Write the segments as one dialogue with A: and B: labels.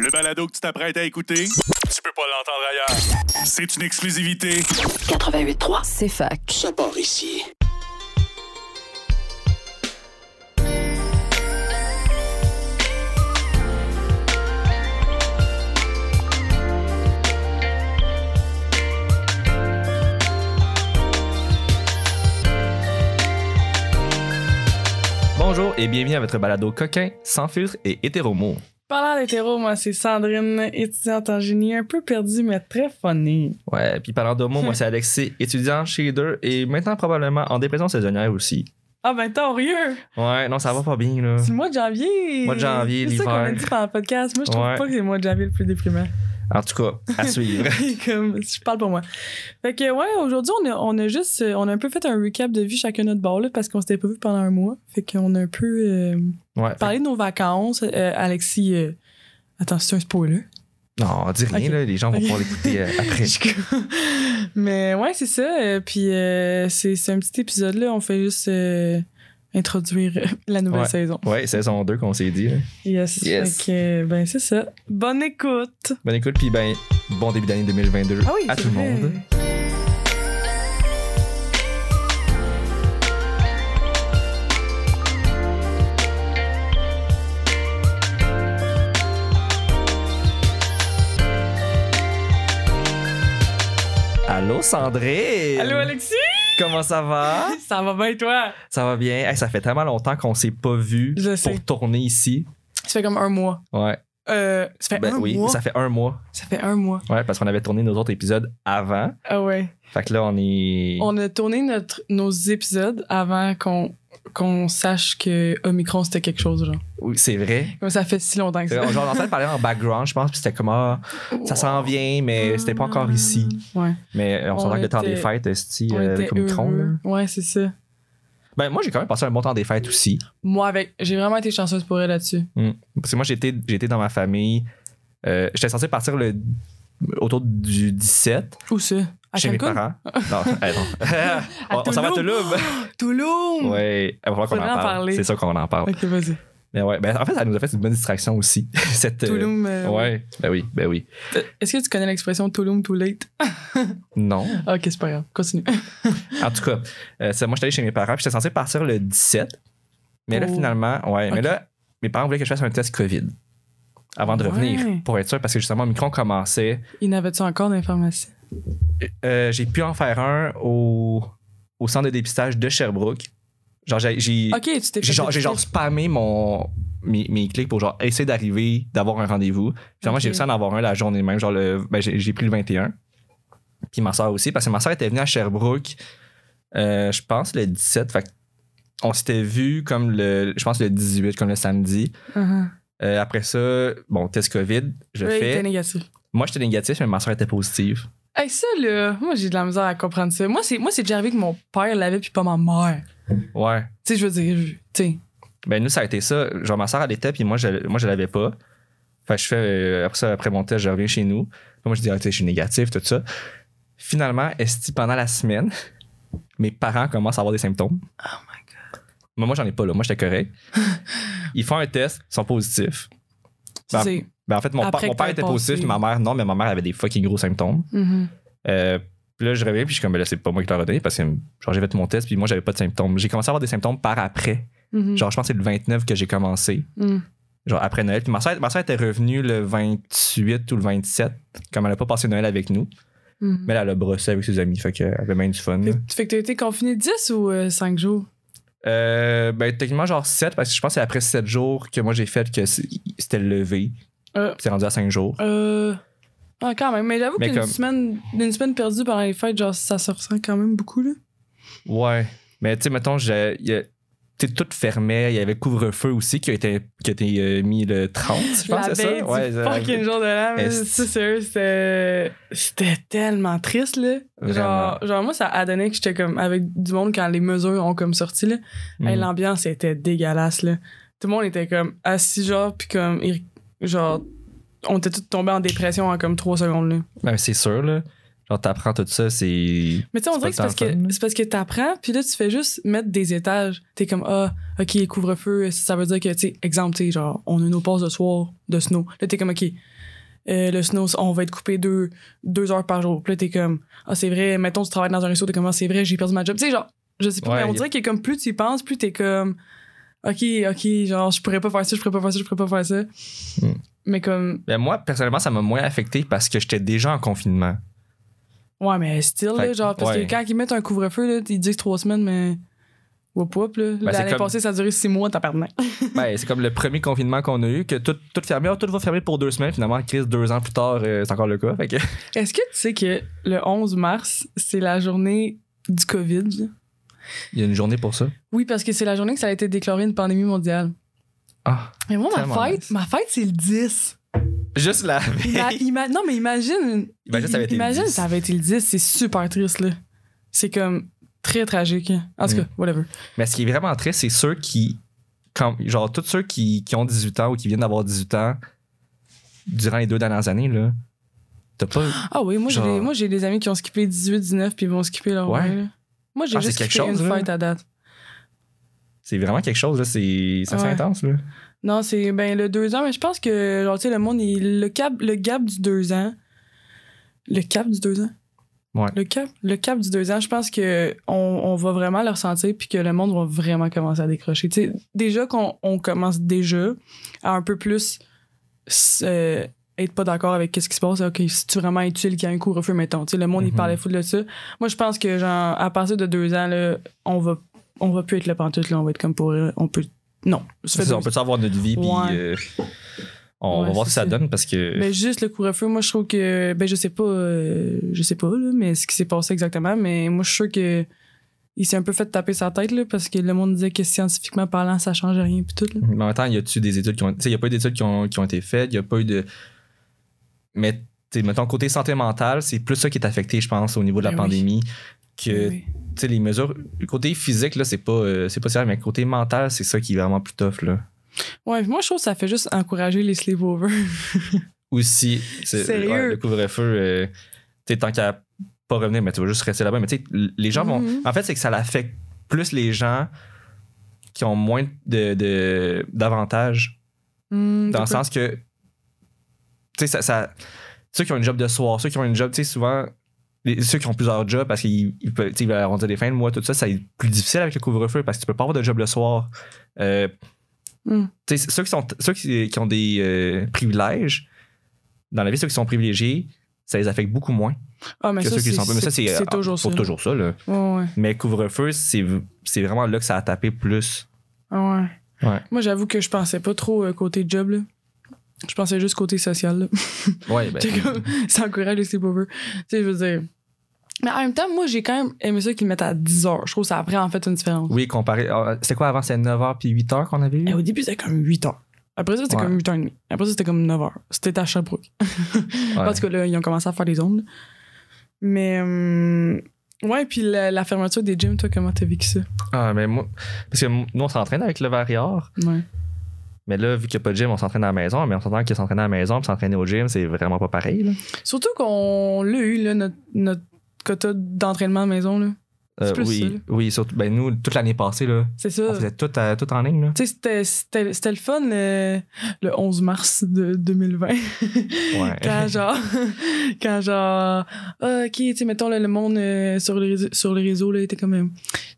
A: Le balado que tu t'apprêtes à écouter, tu peux pas l'entendre ailleurs. C'est une exclusivité.
B: 88.3,
C: C'est fac.
D: Ça part ici.
E: Bonjour et bienvenue à votre balado coquin, sans filtre et hétéromo.
F: Parlant d'hétéro, moi, c'est Sandrine, étudiante en génie, un peu perdue, mais très funny.
E: Ouais, puis parlant d'homo, moi c'est Alexis, étudiant chez Leader et maintenant probablement en dépression saisonnière aussi.
F: Ah ben, torieux!
E: Ouais, non, ça va pas bien là.
F: C'est le mois de janvier!
E: Hum. Mois de janvier,
F: C'est ça qu'on
E: l'hiver.
F: a dit pendant le podcast. Moi, je trouve
E: Ouais.
F: pas que c'est le mois de janvier le plus déprimant.
E: En tout cas, à suivre.
F: Comme, je parle pour moi. Fait que, ouais, aujourd'hui, on a, on a juste... euh, On a un peu fait un recap de vie chacun notre bord, là, parce qu'on s'était pas vu pendant un mois. Fait qu'on a un peu euh,
E: Ouais.
F: parlé de nos vacances. Euh, Alexis... euh, Attends, c'est un spoiler.
E: Non, dis rien
F: Ok.
E: là, les gens vont
F: Ok.
E: pouvoir l'écouter euh, après.
F: Mais ouais, c'est ça. euh, Puis euh, c'est c'est un petit épisode là. On fait juste euh, introduire euh, la nouvelle
E: Ouais.
F: saison.
E: Ouais, saison 2 qu'on s'est dit. là.
F: Yes.
E: Yes.
F: Fait que, ben c'est ça. Bonne écoute.
E: Bonne écoute, puis ben, bon début d'année 2022 à
F: Ah c'est
E: tout le
F: vrai.
E: monde. Allô Sandrine!
F: Allô Alexis.
E: Comment ça va?
F: Ça va bien toi
E: Ça va bien. Hey, ça fait tellement longtemps qu'on s'est pas vu
F: Je
E: pour
F: sais.
E: tourner ici.
F: Ça fait comme un mois.
E: Ouais.
F: Euh, ça fait
E: Ben
F: un
E: oui,
F: mois.
E: ça
F: Ça...
E: fait un mois.
F: fait un mois.
E: Ouais, parce qu'on avait tourné nos autres épisodes avant.
F: Ah ouais.
E: Fait que là, on est.
F: On a tourné notre nos épisodes avant qu'on qu'on sache que Omicron c'était quelque chose genre.
E: Oui, c'est vrai.
F: Comme ça fait si longtemps que
E: C'est vrai,
F: ça.
E: on- Genre, on entendait parler en background, je pense, puis c'était comme ah, ça s'en vient, mais c'était pas encore ici.
F: Ouais.
E: Mais euh, on
F: On
E: s'entend que le temps des
F: était-
E: fêtes, esti,
F: On
E: euh,
F: était
E: avec Omicron, là.
F: heureux. Ouais, c'est ça.
E: Ben, moi, j'ai quand même passé un bon temps des fêtes aussi.
F: Moi, avec, j'ai vraiment été chanceuse pour elle là-dessus.
E: Parce que moi, j'étais, j'étais dans ma famille. Euh, j'étais censé partir le, autour du 17
F: Où ça? À
E: chez mes
F: Cancun?
E: parents. Non, eh, non. on, on s'en va à
F: Tulum.
E: Toulouse.
F: Touloum!
E: Ouais, il va falloir qu'on en
F: Faudrait en
E: parle.
F: parler.
E: C'est ça qu'on en parle.
F: Ok, vas-y.
E: Mais ouais, ben en fait, ça nous a fait une bonne distraction aussi. cette, euh,
F: Touloum. euh,
E: ouais, ben oui, ben oui.
F: euh, Est-ce que tu connais l'expression Touloum too late?
E: Non.
F: Ok, c'est pas grave. Continue.
E: En tout cas, euh, c'est- moi, j'étais allé chez mes parents, puis j'étais censé partir le 17. Mais là,
F: Oh.
E: finalement, ouais, mais
F: Ok.
E: là, mes parents voulaient que je fasse un test COVID avant de
F: Ouais.
E: revenir, pour être sûr, parce que justement, Micron commençait.
F: Il n'avait-tu encore d'informations?
E: Euh, j'ai pu en faire un au, au centre de dépistage de Sherbrooke. Genre, j'ai, j'ai,
F: Ok, tu t'es fait.
E: j'ai genre, j'ai genre spammé mon, mes, mes clics pour genre essayer d'arriver, d'avoir un rendez-vous. Finalement, j'ai
F: Ok.
E: réussi à en avoir un la journée même. Genre, le, ben, j'ai, j'ai pris le 21. Puis ma soeur aussi, parce que ma soeur était venue à Sherbrooke, euh, je pense, le 17. Fait que on s'était vu comme le, je pense, le 18, comme le samedi.
F: Uh-huh.
E: Euh, après ça, bon, test COVID, je
F: Oui, t'es
E: fais.
F: négatif.
E: Moi, j'étais négatif, mais ma soeur était positive.
F: Hey, ça, là, moi, j'ai de la misère à comprendre ça. Moi, c'est, moi, c'est déjà arrivé que mon père l'avait puis pas ma mère.
E: Ouais.
F: Tu sais, je veux dire, je- tu sais.
E: Ben nous, ça a été ça. Genre, ma soeur, elle était, puis moi, je, moi, je l'avais pas. Fait que je fais, euh, après ça, après mon test, je reviens chez nous. Puis moi, je dis, ah, tu sais, je suis négatif, tout ça. Finalement, esti, pendant la semaine, mes parents commencent à avoir des symptômes. Oh my God. Mais moi, j'en ai pas, là. Moi, j'étais correct. Ils font un test, ils sont positifs.
F: Tu
E: Ben,
F: sais.
E: Ben, en fait, mon,
F: Après
E: pa- mon
F: que
E: père
F: t'aies
E: était
F: passé.
E: positif, puis ma mère, non, mais ma mère avait des fucking gros symptômes.
F: Mhm.
E: Euh, puis là, je reviens, puis je suis comme, ben là, c'est pas moi qui l'ai redonné, parce que, genre, j'ai fait mon test, puis moi, j'avais pas de symptômes. J'ai commencé à avoir des symptômes par après.
F: Mhm.
E: Genre, je pense que c'est le 29 que j'ai commencé
F: Mhm.
E: genre après Noël. Puis ma soeur, ma soeur était revenue le 28 ou le 27, comme elle a pas passé Noël avec nous.
F: Mhm.
E: Mais là, elle a brossé avec ses amis, fait qu'elle avait même du fun. là.
F: Fait que- Fait que t'as été confiné 10 ou 5 jours?
E: Euh, ben, techniquement, genre 7, parce que je pense que c'est après 7 jours que moi j'ai fait que c'est- c'était levé.
F: Euh.
E: Puis C'est rendu à 5 jours.
F: Euh. Ah, quand même. Mais j'avoue
E: Mais
F: qu'une
E: comme-
F: semaine, une semaine perdue pendant les fêtes, genre, ça se ressent quand même beaucoup, là.
E: Ouais. Mais tu sais, mettons, j'ai- il y a- tu sais, tout fermait. Il y avait couvre-feu aussi qui a été, qui a été euh, mis le 30, je pense,
F: la
E: c'est ça?
F: veille
E: Ouais,
F: du
E: ça-
F: fucking jour de l'an, mais
E: Est-ce-
F: ça, sérieux, c'était... C'était tellement triste, là.
E: Vraiment.
F: Genre, genre, moi, ça a donné que j'étais comme avec du monde quand les mesures ont comme sorti, là.
E: Mm.
F: Hey, L'ambiance était dégueulasse, là. Tout le monde était comme assis, genre, puis comme... ir- Genre, on était tous tombés en dépression en comme trois secondes, là.
E: Ben, c'est sûr, là. Genre, Genre, t'apprends tout ça, c'est.
F: Mais tu sais, on
E: C'est
F: dirait que
E: pas
F: c'est parce
E: tant fun, là.
F: que c'est parce que t'apprends, puis là, tu fais juste mettre des étages. T'es comme, ah, OK, couvre-feu, ça veut dire que, tu sais, exemple, tu sais, genre, on a nos passes de soir de snow. Là, t'es comme, OK, euh, le snow, on va être coupé deux, deux heures par jour. Puis là, t'es comme, ah, c'est vrai, mettons, tu travailles dans un réseau, t'es comme, ah, c'est vrai, j'ai perdu ma job. Tu sais, genre, je sais pas,
E: Ouais,
F: mais on
E: y a-
F: dirait que comme plus tu y penses, plus t'es comme, OK, OK, genre, je pourrais pas faire ça, je pourrais pas faire ça, je pourrais pas faire ça.
E: Hmm.
F: Mais comme,
E: Ben, moi, personnellement, ça m'a moins affecté parce que j'étais déjà en confinement.
F: ouais, mais still,
E: Fait
F: là,
E: que-
F: genre, parce
E: ouais.
F: que quand ils mettent un couvre-feu, là, ils disent trois semaines, mais. Whoop, whoop, là.
E: Ben, c'est
F: L'année
E: comme-
F: passée, ça a duré six mois, t'as perdu.
E: Ben, c'est comme le premier confinement qu'on a eu, que tout, tout fermé, Ah, tout va fermer pour deux semaines. Finalement, crise deux ans plus tard, euh, c'est encore le cas. Fait que-
F: Est-ce que tu sais que le 11 mars, c'est la journée du COVID?
E: Il y a une journée pour ça.
F: Oui, parce que c'est la journée que ça a été déclaré une pandémie mondiale.
E: Ah.
F: Mais moi, ma
E: Tellement
F: fête,
E: nice.
F: ma fête, c'est le 10.
E: Juste la veille.
F: Ima- ima- non, mais imagine.
E: Imagine, Ben, ça avait été le
F: imagine
E: 10.
F: ça avait été le 10. C'est super triste, là. C'est comme très tragique. En
E: Mm.
F: tout cas, whatever.
E: Mais ce qui est vraiment triste, c'est ceux qui. Quand, genre, tous ceux qui, qui ont 18 ans ou qui viennent d'avoir 18 ans durant les deux dernières années, là. T'as pas.
F: Ah oui, moi, j'ai
E: Genre-
F: des- moi, j'ai des amis qui ont skippé 18, 19, puis ils vont skipper leur
E: Ouais.
F: ouais. Moi, j'ai
E: Ah,
F: juste
E: c'est quelque
F: skippé
E: chose,
F: une
E: là.
F: fête à date.
E: C'est vraiment quelque chose, là. C'est c'est assez
F: Ouais.
E: intense, là.
F: Non, c'est ben le deux ans, mais je pense que genre tu sais le monde il- le cap le gap du deux ans. Le cap du deux ans.
E: Ouais.
F: Le cap le cap du deux ans, je pense que on, on va vraiment le ressentir puis que le monde va vraiment commencer à décrocher. Tu sais, déjà qu'on on commence déjà à un peu plus s- euh, être pas d'accord avec qu'est-ce qui se passe. Ok, si tu vraiment utile qu'il y a un couvre-feu mettons. Tu sais, le monde il
E: Mhm.
F: parlait fou de ça. Moi je pense que genre à partir de deux ans là, on va on va plus être le pantoute là, on va être comme pour on peut non. ça fait
E: C'est ça,
F: deux-
E: on peut savoir notre vie, puis.
F: Ouais.
E: euh, on
F: Ouais,
E: va voir
F: c'est
E: ce que ça
F: ça.
E: donne parce que.
F: Ben, juste le couvre-feu, moi je trouve que ben je sais pas euh, je sais pas là, mais ce qui s'est passé exactement, mais moi je suis sûr que il s'est un peu fait taper sa tête là, parce que le monde disait que scientifiquement parlant ça change rien puis tout là.
E: Mais en même temps, y a-tu des études qui ont. Tu sais, y a pas eu d'études qui ont, qui ont été faites, y a pas eu de. Mais, tu sais, mettons, côté santé mentale, c'est plus ça qui est affecté, je pense, au niveau de la
F: Ben oui. Ben
E: pandémie. Que,
F: Oui.
E: tu sais, les mesures. Côté physique, là, c'est pas, euh, c'est pas sérieux, mais côté mental, c'est ça qui est vraiment plus tough, là.
F: Ouais, puis moi je trouve que ça fait juste encourager les sleepovers.
E: Aussi, c'est-
F: Sérieux?
E: ouais, le couvre-feu, euh, tu sais, tant qu'à pas revenir, mais tu vas juste rester là-bas. Mais, tu sais, l- les gens vont.
F: Mhm.
E: En fait, c'est que ça l'affecte plus les gens qui ont moins de- de, d'avantages.
F: Hmm,
E: Dans
F: t'as
E: le
F: pas-
E: sens que. Tu sais, ça, ça- Ceux qui ont une job de soir, ceux qui ont une job, tu sais, souvent. les- ceux qui ont plusieurs jobs parce qu'ils ils peuvent, tu sais, ils veulent arrondir les fins de mois, tout ça, ça est plus difficile avec le couvre-feu parce que tu peux pas avoir de job le soir. Euh,
F: Hmm.
E: tu sais, ceux qui, sont, ceux qui, qui ont des euh, privilèges, dans la vie, ceux qui sont privilégiés, ça les affecte beaucoup moins
F: Ah, mais
E: que
F: ça,
E: ceux qui
F: c'est-
E: le sont pas. Mais ça, c'est
F: c'est
E: ah,
F: toujours ça.
E: pour toujours ça. Là.
F: Ouais, ouais.
E: Mais couvre-feu, c'est c'est vraiment là que ça a tapé plus.
F: Ah ouais.
E: Ouais.
F: Moi j'avoue que je pensais pas trop euh, côté job là. Je pensais juste côté social là.
E: Ouais, ben,
F: C'est comme, ça encourage les sleepovers. Tu sais, je veux dire. Mais en même temps, moi, j'ai quand même aimé ça qu'ils le mettent à 10 heures. Je trouve que ça a vraiment fait une différence.
E: oui, comparé. ah, C'était quoi avant? C'était 9h puis 8h qu'on avait eu?
F: Et Eh, au début, c'était comme 8 heures. Après ça, c'était
E: Ouais.
F: comme 8 heures et demie. Après ça, c'était comme 9 heures. C'était à Sherbrooke.
E: Ouais.
F: Parce que là, ils ont commencé à faire des ondes. Mais. hum, ouais, puis la, la fermeture des gyms, toi, comment t'as vécu ça?
E: Ah, mais moi. Parce que nous, on s'entraîne avec le Varior.
F: Ouais.
E: Mais là, vu qu'il n'y a pas de gym, on s'entraîne à la maison. Mais on s'entend que s'entraîner à la maison puis s'entraîner au gym, c'est vraiment pas pareil. Là.
F: Surtout qu'on l'a eu, là, notre, notre quota d'entraînement à maison, là. C'est plus ça,
E: Euh,
F: là.
E: oui, oui, surtout. Ben, nous, toute l'année passée, là,
F: C'est ça.
E: on faisait tout, à- tout en ligne. Là.
F: Tu sais, c'était- c'était c'était le fun le, le 11 mars de 2020.
E: Ouais.
F: quand genre quand genre ah, ok tu sais mettons là, le monde euh, sur les réseaux- sur les réseaux là était comme euh,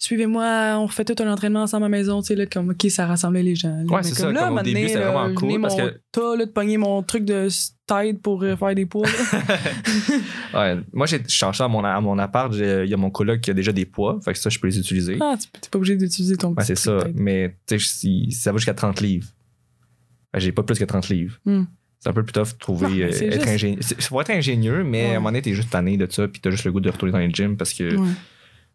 F: suivez-moi on refait tout un entraînement ensemble à la maison tu sais là comme ok ça rassemblait les gens là.
E: Ouais,
F: Mais
E: c'est
F: comme
E: ça, comme
F: là,
E: au
F: un moment
E: début,
F: donné,
E: c'était
F: là,
E: vraiment
F: je
E: cool
F: mets
E: parce
F: mon
E: que-
F: tas là, de pogner mon truc de tête pour euh, faire des poids là.
E: Ouais. Moi, j'ai changé à mon, à mon appart. j'ai- Il y a mon coloc qui a déjà des poids. Fait que ça, je peux les utiliser.
F: ah tu t'es pas obligé d'utiliser ton
E: Ouais,
F: petit
E: c'est
F: truc
E: ça.
F: de tête.
E: Mais tu sais, si- ça va jusqu'à 30 livres. Fait que J'ai pas plus que 30 livres.
F: Hmm.
E: C'est un peu plus tough de trouver.
F: Non, mais
E: euh,
F: c'est
E: être
F: juste-
E: ingénieux. c'est- Faut être ingénieux, mais à un
F: Ouais.
E: moment donné, t'es juste tanné de ça. Puis t'as juste le goût de retourner dans les gym parce que
F: Ouais.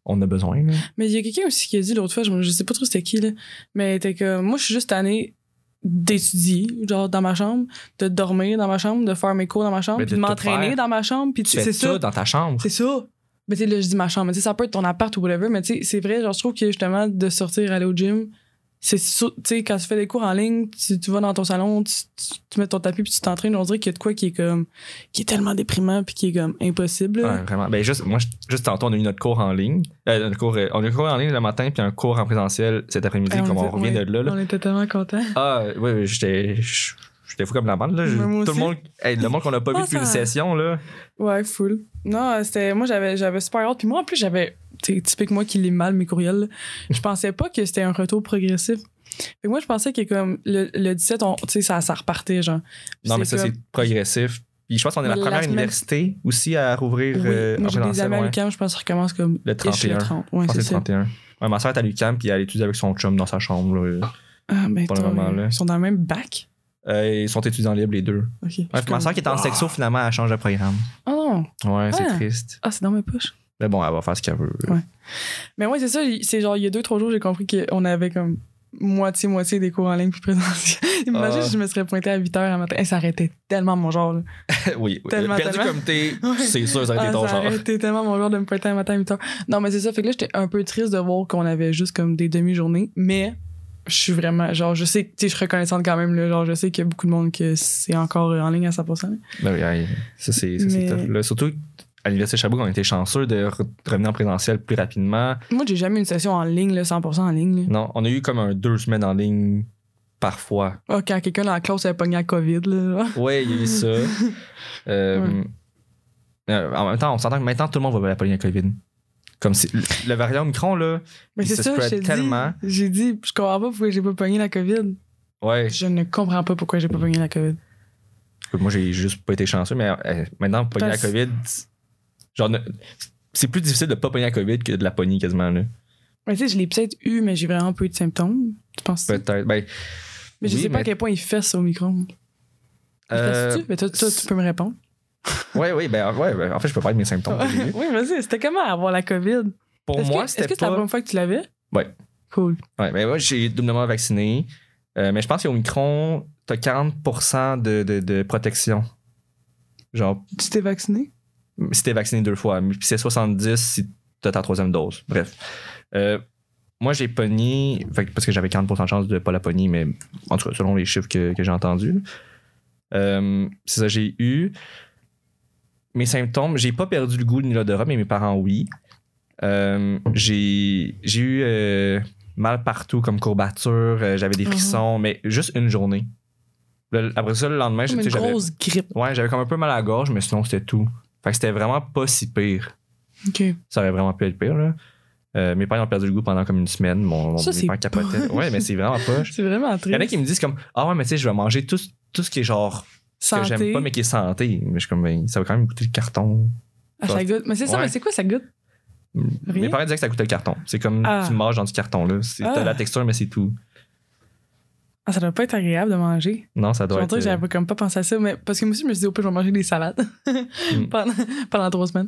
E: on a besoin. Là.
F: Mais il y a quelqu'un aussi qui a dit l'autre fois, je, me- je sais pas trop c'était qui, là, mais était que moi, je suis juste tannée d'étudier, genre dans ma chambre, de dormir dans ma chambre, de faire mes cours dans ma chambre,
E: Mais
F: puis
E: de
F: de
E: tout
F: m'entraîner
E: faire.
F: dans ma chambre, puis tu-
E: tu fais
F: c'est
E: ça
F: ça.
E: dans ta chambre.
F: C'est ça. Mais tu sais, là, je dis ma chambre, mais tu sais, ça peut être ton appart ou whatever, mais tu sais, c'est vrai, genre, je trouve que justement, de sortir, aller au gym, c'est sûr- tu sais quand tu fais des cours en ligne tu, tu vas dans ton salon tu, tu, tu mets ton tapis puis tu t'entraînes on dirait qu'il y a de quoi qui est comme qui est tellement déprimant puis qui est comme impossible là.
E: Ouais, vraiment. Ben, juste, moi, je- juste tantôt, on a eu notre cours en ligne. Euh, notre cours, euh, on a eu un cours en ligne le matin, puis un cours en présentiel cet après-midi,
F: Hey,
E: comme
F: était-
E: on revient
F: Ah, ouais,
E: de là. là.
F: on était tellement contents
E: Ah, oui, oui, j'étais. je- J'étais fou comme la bande, là. Je-
F: Ouais, moi
E: tout le
F: aussi.
E: monde. hey, le monde qu'on n'a pas vu
F: Ah,
E: depuis une
F: ça-
E: session, là.
F: ouais full non c'était moi j'avais j'avais super hâte puis moi en plus j'avais tu sais, typique moi qui lis mal mes courriels là. je pensais pas que c'était un retour progressif fait que moi je pensais que comme le, le 17 on- tu sais ça ça repartait genre Puis
E: Non, mais ça,
F: comme-
E: c'est progressif. Puis je pense qu'on est la
F: La
E: première
F: semaine-
E: université aussi à rouvrir
F: Oui,
E: euh, en
F: moi, j'ai des
E: présentiel.
F: amis à
E: ouais.
F: l'UQAM, je pense qu'ils recommencent comme
E: Le
F: ish
E: 31.
F: le 30. Ouais,
E: Je pense que
F: c'est
E: c'est
F: ça.
E: le 31. Ouais, ma soeur est à l'UCAM, puis elle étudie avec son chum dans sa chambre. là.
F: Ah, ben,
E: Pour le
F: toi,
E: moment, là.
F: Ils sont dans le même bac.
E: Euh, ils sont étudiants libres, les deux.
F: Ok. Je
E: Ouais,
F: suis
E: puis ma
F: comme-
E: soeur qui est en sexo, finalement, elle change de programme.
F: Ah non.
E: Ouais, c'est
F: Ah.
E: triste.
F: Ah, c'est dans mes poches.
E: Mais bon, elle va faire ce qu'elle veut.
F: Ouais. Mais ouais, c'est ça. C'est genre, il y a deux, trois jours, j'ai compris qu'on avait comme moitié-moitié des cours en ligne puis présentiel. Imagine
E: Ah.
F: si je me serais pointé à 8 h le matin. Hey, ça aurait été tellement mon genre. là.
E: oui, oui.
F: Tellement,
E: perdu
F: tellement.
E: comme t'es,
F: Ouais.
E: c'est sûr, ça aurait
F: Ah,
E: été ton
F: ça
E: genre.
F: aurait été tellement mon genre de me pointer à matin à 8 h Non, mais c'est ça. Fait que là, j'étais un peu triste de voir qu'on avait juste comme des demi-journées. Mais je suis vraiment, genre, je sais, tu sais, je suis reconnaissante quand même. Là, genre, je sais qu'il y a beaucoup de monde que c'est encore euh, en ligne à 100%. là.
E: Ben oui, aïe. ça, c'est ça, c'est
F: Mais-
E: tough. là. Surtout à l'Université de Sherbrooke, on était chanceux de re- revenir en présentiel plus rapidement.
F: Moi, j'ai jamais eu une session en ligne, là, 100% en ligne. là.
E: Non, on a eu comme un deux semaines en ligne parfois.
F: Ah, quand quelqu'un dans la classe avait pogné la COVID, là. Oh,
E: Ouais, il y a eu ça. Euh, euh, en même temps, on s'entend que maintenant, tout le monde va la pogner la COVID. Comme si le, le variant Omicron, là,
F: Mais
E: il
F: c'est
E: se
F: ça,
E: spread tellement.
F: je tellement. J'ai dit, je comprends pas pourquoi j'ai pas pogné la COVID.
E: ouais.
F: Je ne comprends pas pourquoi j'ai pas pogné la COVID.
E: Moi, j'ai juste pas été chanceux, mais euh, maintenant, pogner la
F: Parce-
E: COVID, genre, ne- c'est plus difficile de pas pogner la COVID que de la pogner quasiment, là.
F: Mais tu sais, je l'ai peut-être eu, mais j'ai vraiment peu eu de symptômes. Tu penses ça?
E: Peut-être. Ben,
F: Mais je
E: oui,
F: sais pas
E: mais-
F: à quel point il fesse au micro. Il
E: euh,
F: fesse-tu? Mais toi, toi, tu peux me répondre.
E: ouais, oui, ben, ouais, ben, en fait, je peux parler de mes symptômes. que j'ai eu.
F: oui, vas-y, c'était comment avoir la COVID?
E: Pour
F: Ah, Est-ce que-
E: moi,
F: Est-ce que
E: c'était
F: c'était la
E: pas.
F: première fois que tu l'avais?
E: Ouais.
F: Cool.
E: Ouais, ben moi, j'ai doublement vacciné. Euh, mais je pense qu'au Micron, t'as 40% de, de, de protection. Genre,
F: Tu t'es vacciné?
E: si t'es vacciné deux fois. Puis c'est 70 si t'as ta troisième dose. Bref. Euh, moi, j'ai pogné, fait que- parce que j'avais 40% de chance de pas la pogner, mais en tout cas, selon les chiffres que, que j'ai entendus. Euh, c'est ça, j'ai eu mes symptômes. J'ai pas perdu le goût ni l'odorat, mais mes parents, oui. Euh, j'ai j'ai eu euh, mal partout, comme courbature, euh, j'avais des
F: Mhm.
E: frissons, mais juste une journée. Le- après ça, le lendemain,
F: Comme
E: j'étais-
F: une
E: j'avais.
F: grosse grippe.
E: Ouais, j'avais comme un peu mal à la gorge, mais sinon, c'était tout. Fait que c'était vraiment pas si pire.
F: OK.
E: Ça aurait vraiment pu être pire, là. Euh, mes parents ont perdu le goût pendant comme une semaine. Mon, mon
F: Ça,
E: mes
F: c'est
E: parents capotaient. Ouais, mais c'est vraiment poche.
F: C'est vraiment
E: Il y en a
F: triste.
E: qui me disent comme Ah ouais, mais tu sais, je vais manger tout, tout ce qui est genre que j'aime
F: Santé.
E: pas, mais qui est santé. Mais je suis comme Ben, ça va quand même goûter le carton.
F: Ah, ça goûte. Mais c'est ça,
E: Ouais.
F: mais c'est quoi ça goûte? Rien?
E: Mes parents disaient que ça goûtait le carton. C'est comme
F: Ah.
E: tu manges dans du carton, là. C'est- T'as
F: Ah.
E: la texture, mais c'est tout.
F: Ah, ça doit pas être agréable de manger.
E: Non, ça doit
F: J'entends que
E: être. euh,
F: j'avais comme pas pensé à ça, mais parce que moi aussi, je me suis dit, au pire, je vais manger des salades
E: Hmm.
F: pendant, pendant trois semaines.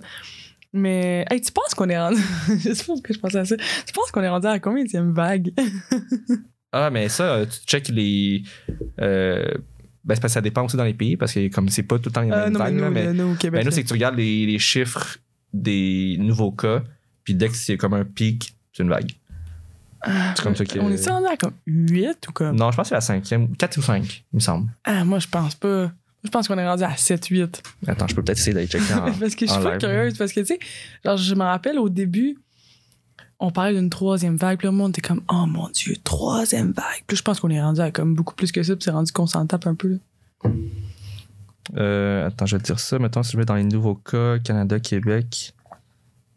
F: Mais, hey, tu penses qu'on est rendu. je sais pas pourquoi je pensais à ça. Tu penses qu'on est rendu à la combien de vague?
E: Ah, mais ça, euh, tu check les. euh, ben, c'est parce que ça dépend aussi dans les pays, parce que comme c'est pas tout le temps les mêmes
F: Ah, non, mais
E: vagues, là,
F: nous,
E: mais-
F: là, nous, au Québec.
E: Ben, nous,
F: là.
E: c'est que tu regardes les, les chiffres des nouveaux cas, puis dès que c'est comme un pic, c'est une vague. C'est comme ça que.
F: Ah,
E: Hmm.
F: On est rendu à comme 8 ou comme.
E: Non, je pense que c'est la cinquième, 4 ou 5, il me semble.
F: Ah, moi, je pense pas. Moi, Je pense qu'on est rendu à 7-8.
E: Attends, je peux peut-être essayer d'aller checker en.
F: parce que je
E: en
F: suis pas
E: live.
F: curieuse. Parce que, tu sais, genre, je me rappelle au début, on parlait d'une troisième vague. Puis là, le monde était comme, oh mon Dieu, troisième vague. Puis je pense qu'on est rendu à comme beaucoup plus que ça. Puis c'est rendu qu'on s'en tape un peu. là.
E: Euh, attends, je vais te dire ça. Mettons, si je vais dans les nouveaux cas, Canada, Québec.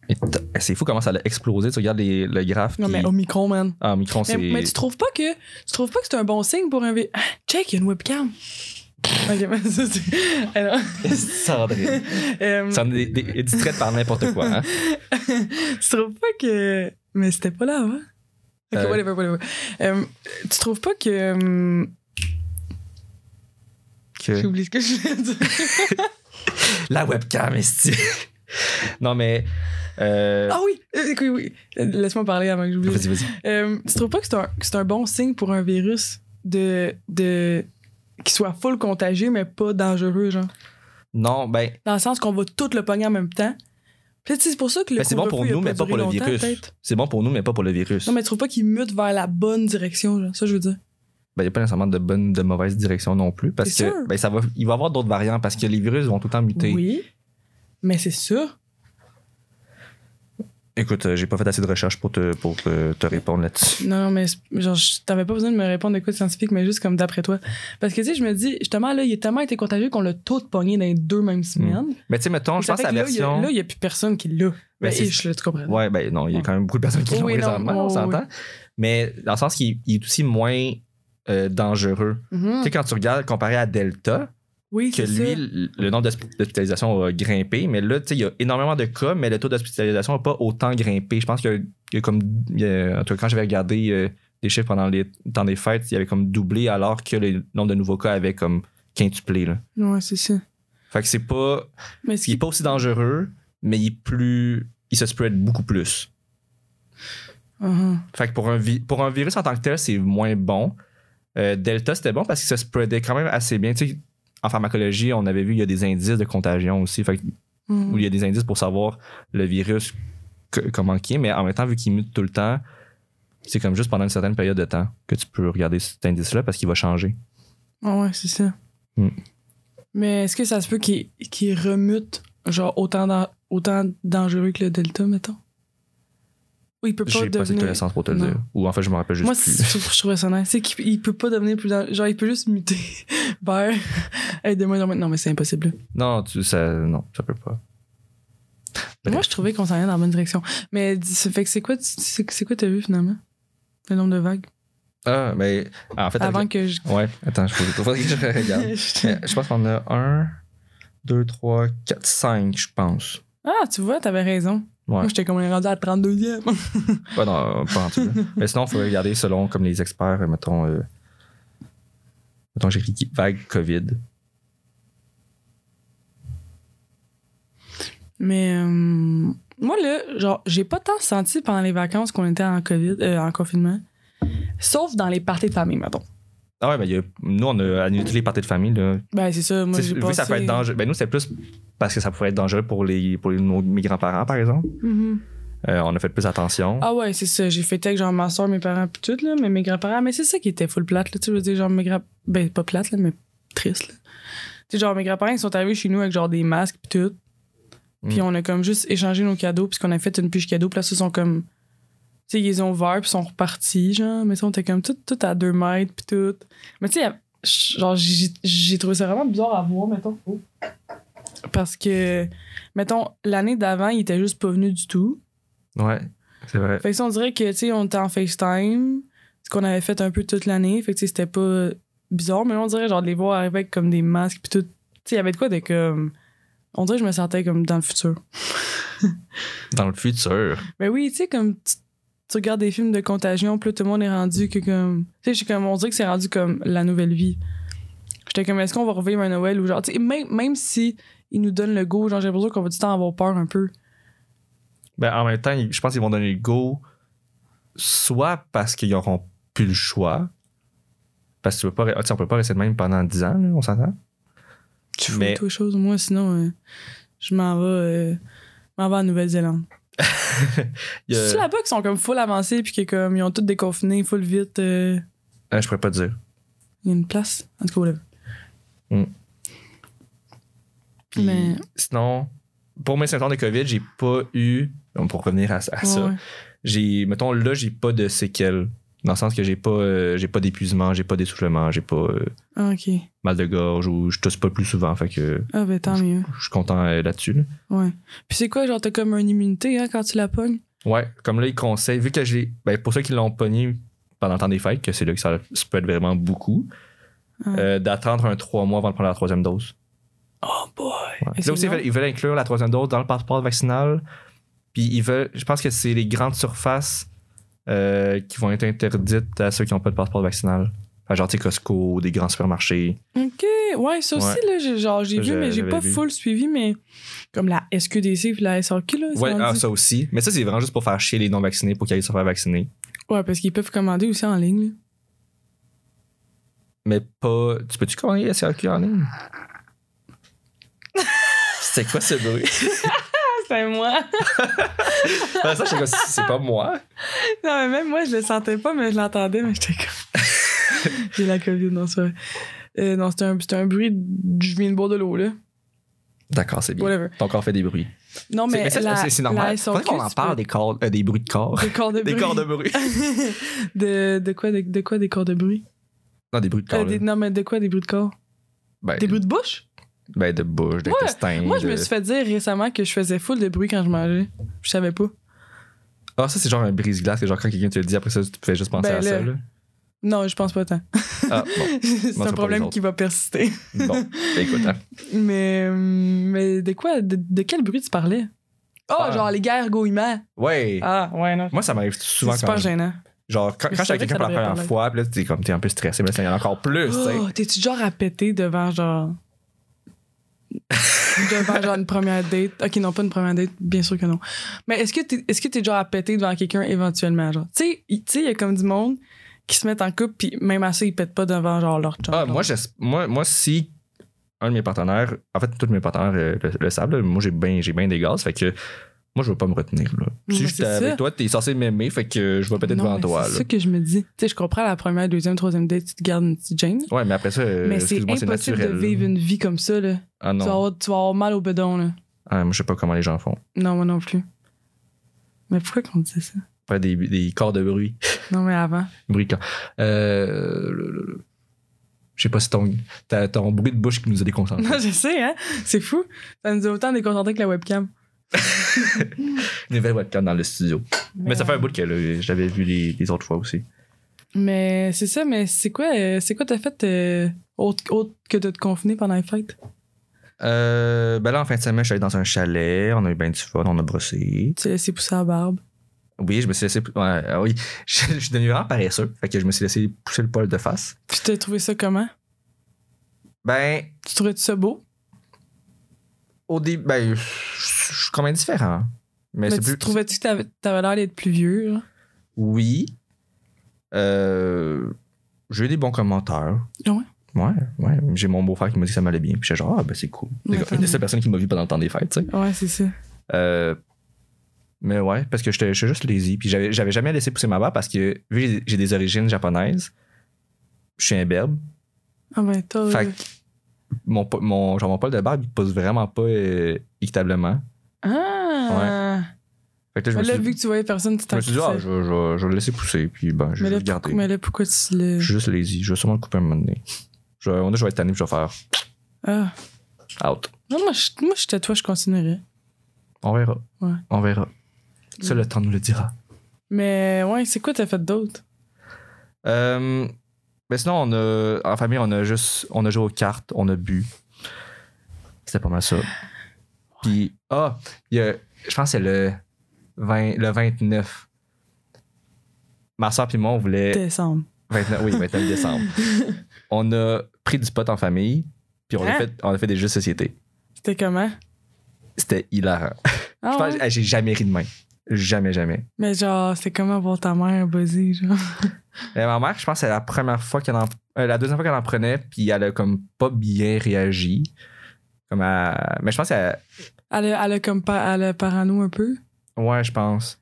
E: Et t- eh, C'est fou comment ça a explosé. Tu regardes les- le graphe.
F: Non,
E: puis-
F: mais Omicron, man.
E: Ah, Omicron,
F: Mais,
E: c'est.
F: mais tu trouves pas que tu trouves pas que c'est un bon signe pour un vi- Ah, check, il y a une webcam. ok, mais ça c'est. Alors,
E: Sandrine.
F: euh,
E: Ça en est des- des- distraite par n'importe quoi. hein.
F: tu trouves pas que mais c'était pas là avant. Ok,
E: Euh.
F: whatever, whatever. Euh, tu trouves pas que hum,
E: Que-
F: j'ai oublié ce que je voulais
E: Euh.
F: dire.
E: La webcam, est Non, mais. euh,
F: Ah oui, euh, oui, oui. Euh, Laisse-moi parler avant que j'oublie.
E: Vas-y, vas-y.
F: Euh, tu trouves pas que c'est un, que c'est un bon signe pour un virus de de qui soit full contagieux mais pas dangereux genre.
E: Non, ben.
F: dans le sens qu'on va tout le pogner en même temps. Puis, tu sais, c'est pour ça que le.
E: Ben, c'est bon pour
F: couvre-feu, il a
E: nous, mais pas
F: duré
E: pour le
F: longtemps,
E: virus.
F: peut-être.
E: C'est bon pour nous, mais pas pour le virus.
F: Non, mais tu trouves pas qu'il mute vers la bonne direction, genre. Ça, je veux dire.
E: ben, il n'y a pas nécessairement de bonne de mauvaise direction non plus parce
F: C'est
E: que
F: sûr.
E: ben, ça va, il va y avoir d'autres variants parce que les virus vont tout le temps muter.
F: Oui. Mais c'est sûr.
E: Écoute, euh, j'ai pas fait assez de recherches pour te, pour te, te répondre là-dessus.
F: Non, non, mais c'est- genre, je- t'avais pas besoin de me répondre de quoi de scientifique, mais juste comme d'après toi. Parce que, tu sais, je me dis, justement, là, il a tellement été contagieux qu'on l'a tout pogné dans les deux mêmes semaines.
E: Mais tu sais, mettons, Hmm. je
F: Ça
E: pense
F: fait
E: à la
F: que là, il y a-
E: version.
F: Là, il y a plus personne qui l'a. Ben,
E: c'est-
F: je le tu comprends.
E: Ouais, ben non, il y a quand même beaucoup de personnes qui
F: Oui,
E: l'ont
F: non,
E: présentement, on
F: oui,
E: s'entend. Mais dans le sens qu'il il est aussi moins euh, dangereux.
F: Mhm.
E: Tu sais, quand tu regardes comparé à Delta,
F: Oui,
E: que
F: c'est ça.
E: lui, l- le nombre d'hospi- d'hospitalisations a grimpé, mais là, tu sais, il y a énormément de cas, mais le taux d'hospitalisation n'a pas autant grimpé. Je pense qu'il y a- il y a comme. il y a- en tout cas, quand j'avais regardé euh, les chiffres pendant les temps des fêtes, il y avait comme doublé alors que le nombre de nouveaux cas avait comme quintuplé. Là.
F: Ouais, c'est ça.
E: Fait que c'est pas.
F: Mais ce
E: Il est
F: qui...
E: pas aussi dangereux, mais il est plus. Il se spread beaucoup plus.
F: Uh-huh.
E: Fait que pour un, vi- pour un virus en tant que tel, c'est moins bon. Euh, Delta, c'était bon parce qu'il se spreadait quand même assez bien. Tu sais, en pharmacologie, on avait vu il y a des indices de contagion aussi. Fait que
F: Mhm.
E: où il y a des indices pour savoir le virus que- comment qu'il est, mais en même temps, vu qu'il mute tout le temps, c'est comme juste pendant une certaine période de temps que tu peux regarder cet indice-là parce qu'il va changer.
F: Ah ouais, c'est ça.
E: Mm.
F: Mais est-ce que ça se peut qu'il qu'il remute, genre, autant, dan- autant dangereux que le Delta, mettons? Ou il peut pas
E: J'ai pas cette
F: devenir...
E: connaissance pour te le
F: Non.
E: dire. Ou en fait, je me rappelle juste
F: Moi,
E: plus.
F: c'est- je trouve- je trouvais ça nice. C'est qu'il il peut pas devenir plus dangereux. Genre, il peut juste muter vers... Aide-moi, non, mais- non, mais c'est impossible.
E: Non, tu, ça, non, ça peut pas. Bref.
F: Moi, je trouvais qu'on s'en allait dans la bonne direction. Mais dis- ça fait que c'est quoi, tu- c'est c'est quoi t'as vu, finalement? Le nombre de vagues?
E: Ah, mais en fait,
F: Avant
E: avec-
F: que je...
E: ouais, attends, je faut- faut que je regarde.
F: Je-
E: Euh, je pense qu'on a un, deux, trois, quatre, cinq, je pense.
F: ah, tu vois, t'avais raison.
E: Ouais.
F: Moi, j'étais comme rendu à 32e.
E: Ouais, non, pas en tout. là. Mais sinon, il faudrait regarder selon comme les experts, euh, mettons. euh, mettons, j'ai écrit vague COVID.
F: Mais euh, moi, là, genre, j'ai pas tant senti pendant les vacances qu'on était en COVID, euh, en confinement. Sauf dans les parties de famille, mettons.
E: Ah ouais, mais il y a- nous, on a annulé toutes les parties de famille. Là.
F: Ben, c'est ça. Moi,
E: Tu sais,
F: j'ai
E: vu
F: passé...
E: que ça peut être dangereux. Ben, nous, c'est plus parce que ça pourrait être dangereux pour, les, pour les- nos- mes grands-parents, par exemple.
F: Mhm.
E: Euh, on a fait plus attention.
F: Ah ouais, c'est ça. J'ai fêté avec genre ma soeur, mes parents, puis tout, là, mais mes grands-parents. Mais c'est ça qui était full plate, là. Tu veux dire, genre, mes grands. Ben, pas plate, là, mais triste, là. Tu sais, genre, mes grands-parents, ils sont arrivés chez nous avec genre des masques, puis tout. Puis
E: Mm.
F: on a comme juste échangé nos cadeaux, puisqu'on a fait une pige cadeau, puis là, ils sont comme. Tu sais, ils les ont ouvert, puis ils sont repartis, genre. Mais tu sais, on était comme tout, tout à deux mètres, puis tout. Mais tu sais, genre, j'ai j'ai trouvé ça vraiment bizarre à voir, mettons. Oh. Parce que, mettons, l'année d'avant, ils étaient juste pas venus du tout.
E: Ouais, c'est vrai.
F: Fait que ça, on dirait que, tu sais, on était en FaceTime, ce qu'on avait fait un peu toute l'année. Fait que, tu sais, c'était pas bizarre, mais on dirait, genre, de les voir arriver avec comme des masques, puis tout. Tu sais, il y avait de quoi de comme. On dirait que je me sentais comme dans le futur.
E: Dans le futur.
F: Mais oui, tu sais, comme tu, tu regardes des films de contagion, puis là, tout le monde est rendu que comme. Tu sais, je suis comme, on dirait que c'est rendu comme la nouvelle vie. J'étais comme, est-ce qu'on va revivre un Noël ou genre, tu sais, même, même si ils nous donnent le go, genre, j'ai l'impression qu'on va du temps avoir peur un peu.
E: Ben, en même temps, ils- je pense qu'ils vont donner le go soit parce qu'ils n'auront plus le choix. Parce que tu peux pas, re- tu sais, on peut pas rester de même pendant 10 ans, là, on s'entend?
F: Tu fous
E: Mais-
F: toutes les choses, moi, sinon, euh, je m'en vais, euh, je m'en vais en Nouvelle-Zélande.
E: Il y a-
F: C'est là-bas qui sont comme full avancés puis qui comme ils ont tous déconfiné full vite. euh,
E: Ah, je pourrais pas te dire.
F: Il y a une place. En tout cas, whatever.
E: Puis,
F: Mais-
E: Sinon, pour mes symptômes de COVID, j'ai pas eu. donc, Pour revenir à, à ça,
F: Ouais, ouais.
E: j'ai mettons là j'ai pas de séquelles dans le sens que j'ai pas euh, j'ai pas d'épuisement j'ai pas d'essoufflement j'ai pas euh,
F: Ah, ok.
E: mal de gorge ou je tousse pas plus souvent fait que
F: Ah, ben tant mieux.
E: je suis content euh, là-dessus là.
F: Ouais. Puis c'est quoi, genre, t'as comme une immunité hein, quand tu la pognes?
E: ouais comme là ils conseillent vu que j'ai ben, pour ceux qui l'ont pogné pendant le temps des fêtes que c'est là que ça se peut être vraiment beaucoup
F: Ah.
E: euh, d'attendre un trois mois avant de prendre la troisième dose
F: Oh boy.
E: Ouais.
F: Et c'est
E: là aussi ils
F: long?
E: veulent, ils veulent inclure la troisième dose dans le passeport vaccinal puis ils veulent je pense que c'est les grandes surfaces euh, qui vont être interdites à ceux qui n'ont pas de passeport vaccinal Enfin, genre tu sais, Costco des grands supermarchés
F: Ok. Ouais, ça aussi,
E: Ouais.
F: là, j'ai- genre, j'ai
E: Ça,
F: vu, mais j'ai
E: j'avais
F: pas
E: vu.
F: full suivi, mais comme la SQDC puis la SRQ, là. ils
E: Ouais,
F: sont
E: ah,
F: rendus-
E: ça aussi. Mais ça, c'est vraiment juste pour faire chier les non-vaccinés pour qu'ils aillent se faire vacciner.
F: ouais parce qu'ils peuvent commander aussi en ligne, là.
E: Mais pas. Tu peux-tu commander la SRQ en ligne? C'est quoi ce bruit?
F: Ah, c'est moi.
E: Ben, ça, j'étais comme, c'est pas moi.
F: Non, mais même moi, je le sentais pas, mais je l'entendais, mais j'étais comme. J'ai la COVID, non, c'est vrai. Euh, non, c'était un, c'était un bruit. de- Je viens de boire de l'eau, là.
E: D'accord, c'est bien.
F: Whatever.
E: Ton corps fait des bruits.
F: Non,
E: C'est-
F: mais.
E: mais ça,
F: la-
E: c'est- c'est normal.
F: la SRQ,
E: Faudrait qu'on en
F: tu
E: parle
F: peux-
E: des, corps, euh, des bruits de corps.
F: Des corps de bruit.
E: Des corps de bruit.
F: de, de, quoi, de, de quoi des corps de bruit
E: Non, des bruits de
F: Euh,
E: corps. là.
F: des- Non, mais de quoi des bruits de corps
E: ben,
F: Des bruits de bouche
E: ben, de bouche, d'intestin.
F: Moi, je
E: de-
F: me suis fait dire récemment que je faisais full de bruit quand je mangeais. Je savais pas.
E: Ah, ça, c'est genre un brise-glace que genre quand quelqu'un te le dit, après ça, tu fais juste penser
F: Ben
E: à
F: là.
E: ça. Là.
F: Non, je pense pas tant.
E: Ah,
F: c'est
E: pas
F: un
E: les
F: problème
E: autres.
F: qui va persister.
E: bon. bon. Ben, écoute, hein.
F: Mais, euh, mais de quoi de, de quel bruit tu parlais Oh,
E: Ah.
F: genre les guerres goïmans.
E: Ouais.
F: Ah, ouais, non.
E: Moi, ça m'arrive souvent
F: C'est
E: quand
F: super gênant.
E: Genre, quand,
F: Je
E: quand j'étais
F: savais
E: avec quelqu'un
F: que ça
E: pour la
F: devrait
E: première
F: parler.
E: fois, puis là, t'es comme, t'es un peu stressé, mais là, ça y en a encore plus, tu sais.
F: Oh, t'es-tu genre à péter devant genre. devant genre une première date. Ok, non, pas une première date, bien sûr que non. Mais est-ce que t'es est-ce que t'es genre à péter devant quelqu'un éventuellement? Genre, tu sais, il tu sais, il y a comme du monde qui se mettent en couple, puis même à ça, ils pètent pas devant genre leur chum.
E: Ah, moi, j'es- moi, moi, si un de mes partenaires, en fait, tous mes partenaires euh, le, le savent, là, moi, j'ai bien j'ai ben des gaz, fait que moi, je veux pas me retenir. Là.
F: Mais
E: Si
F: c'est
E: j'étais
F: ça.
E: avec toi, t'es censé m'aimer, fait que je vais peut-être
F: Non,
E: devant
F: mais
E: toi.
F: C'est
E: là.
F: ça que je me dis. Tu sais, je comprends la première, deuxième, troisième date, tu te gardes une petite gêne.
E: Ouais, mais après ça, euh,
F: mais c'est
E: excuse-moi, c'est
F: impossible
E: naturel.
F: de vivre une vie comme ça, là.
E: Ah
F: Tu vas,
E: non.
F: avoir, tu vas avoir mal au bedon, là.
E: Ah, moi, je sais pas comment les gens font.
F: Non, moi non plus. Mais pourquoi qu'on dit ça?
E: Pas des, des corps de bruit.
F: Non, mais avant.
E: bruit quand. Euh, le- le- le- je sais pas si ton, ta- ton bruit de bouche qui nous a déconcentrés.
F: Non, je sais, hein? C'est fou. Ça nous a autant déconcentré que la webcam.
E: Une nouvelle webcam dans le studio. Mais, ça fait un bout que là, je l'avais vu les, les autres fois aussi.
F: Mais c'est ça, mais c'est quoi, euh, c'est quoi t'as fait euh, autre, autre que de te confiner pendant les fêtes?
E: Euh, ben là, en fin de semaine, je suis allé dans un chalet, on a eu bien du fun, on a brossé.
F: Tu t'es laissé pousser la barbe.
E: Oui, je me suis laissé. ouais, ah oui, je, je suis devenu vraiment paresseux, fait que je me suis laissé pousser le poil de face.
F: Puis t'as trouvé ça comment?
E: Ben,
F: Tu trouvais ça beau?
E: au début, ben, je je suis quand même différent. Mais,
F: mais
E: c'est
F: tu
E: plus.
F: trouvais-tu que t'avais, t'avais l'air d'être plus vieux? genre?
E: Oui. Euh, j'ai eu des bons commentaires.
F: Ah ouais?
E: Ouais, ouais. J'ai mon beau-frère qui m'a dit que ça m'allait bien. Puis j'étais genre, ah ben c'est cool.
F: Ouais,
E: C'est comme
F: t'as
E: une des
F: raison.
E: seules personnes qui m'a vu pendant le temps des fêtes, tu sais.
F: Ouais, c'est ça.
E: Euh, mais ouais, parce que j'étais j'étais juste lazy. Puis j'avais j'avais jamais laissé pousser ma barbe parce que, vu que j'ai- j'ai des origines japonaises, je suis imberbe.
F: Ah ben, toi.
E: Fait que mon, po- mon, genre, mon poil de barbe, il pousse vraiment pas euh, équitablement.
F: Ah!
E: Fait que là, je
F: Mais
E: me
F: là,
E: suis,
F: vu que tu voyais personne, tu
E: je
F: t'en
E: me suis dit, ah, je, vais- je vais- je vais le laisser pousser. Puis ben, je
F: mais,
E: vais
F: là,
E: le garder.
F: pourquoi- mais là, pourquoi tu
E: Je
F: le.
E: suis juste lazy. Je vais sûrement le couper un moment donné. Je, on a, je vais être tanné puis je vais faire
F: Ah.
E: out.
F: Non, moi, je, moi, j'étais toi, je continuerais.
E: On verra.
F: Ouais.
E: On verra. Ça, le temps nous le dira.
F: Mais ouais, c'est quoi t'as fait d'autre?
E: Euh, ben sinon, on a, en famille, on a juste on a joué aux cartes, on a bu. C'était pas mal ça. Puis, ah, il y a- je pense que c'est le, 20 le 29. Ma soeur puis moi, on voulait.
F: Décembre.
E: 29, oui, 29 décembre. On a pris du pot en famille, puis on, a
F: Hein?
E: fait, on a fait des jeux de société.
F: C'était comment?
E: C'était hilarant.
F: Ah,
E: Je pense-
F: ouais?
E: hey, j'ai jamais ri de main. Jamais, jamais.
F: Mais genre, c'est comment voir ta mère buzzer, genre.
E: Mais Euh, ma mère, je pense que c'est la première fois qu'elle en euh, la deuxième fois qu'elle en prenait, puis elle a comme pas bien réagi. Comme à... Mais je pense qu'elle.
F: Elle a, elle a comme pas, elle a parano un peu.
E: Ouais, je pense.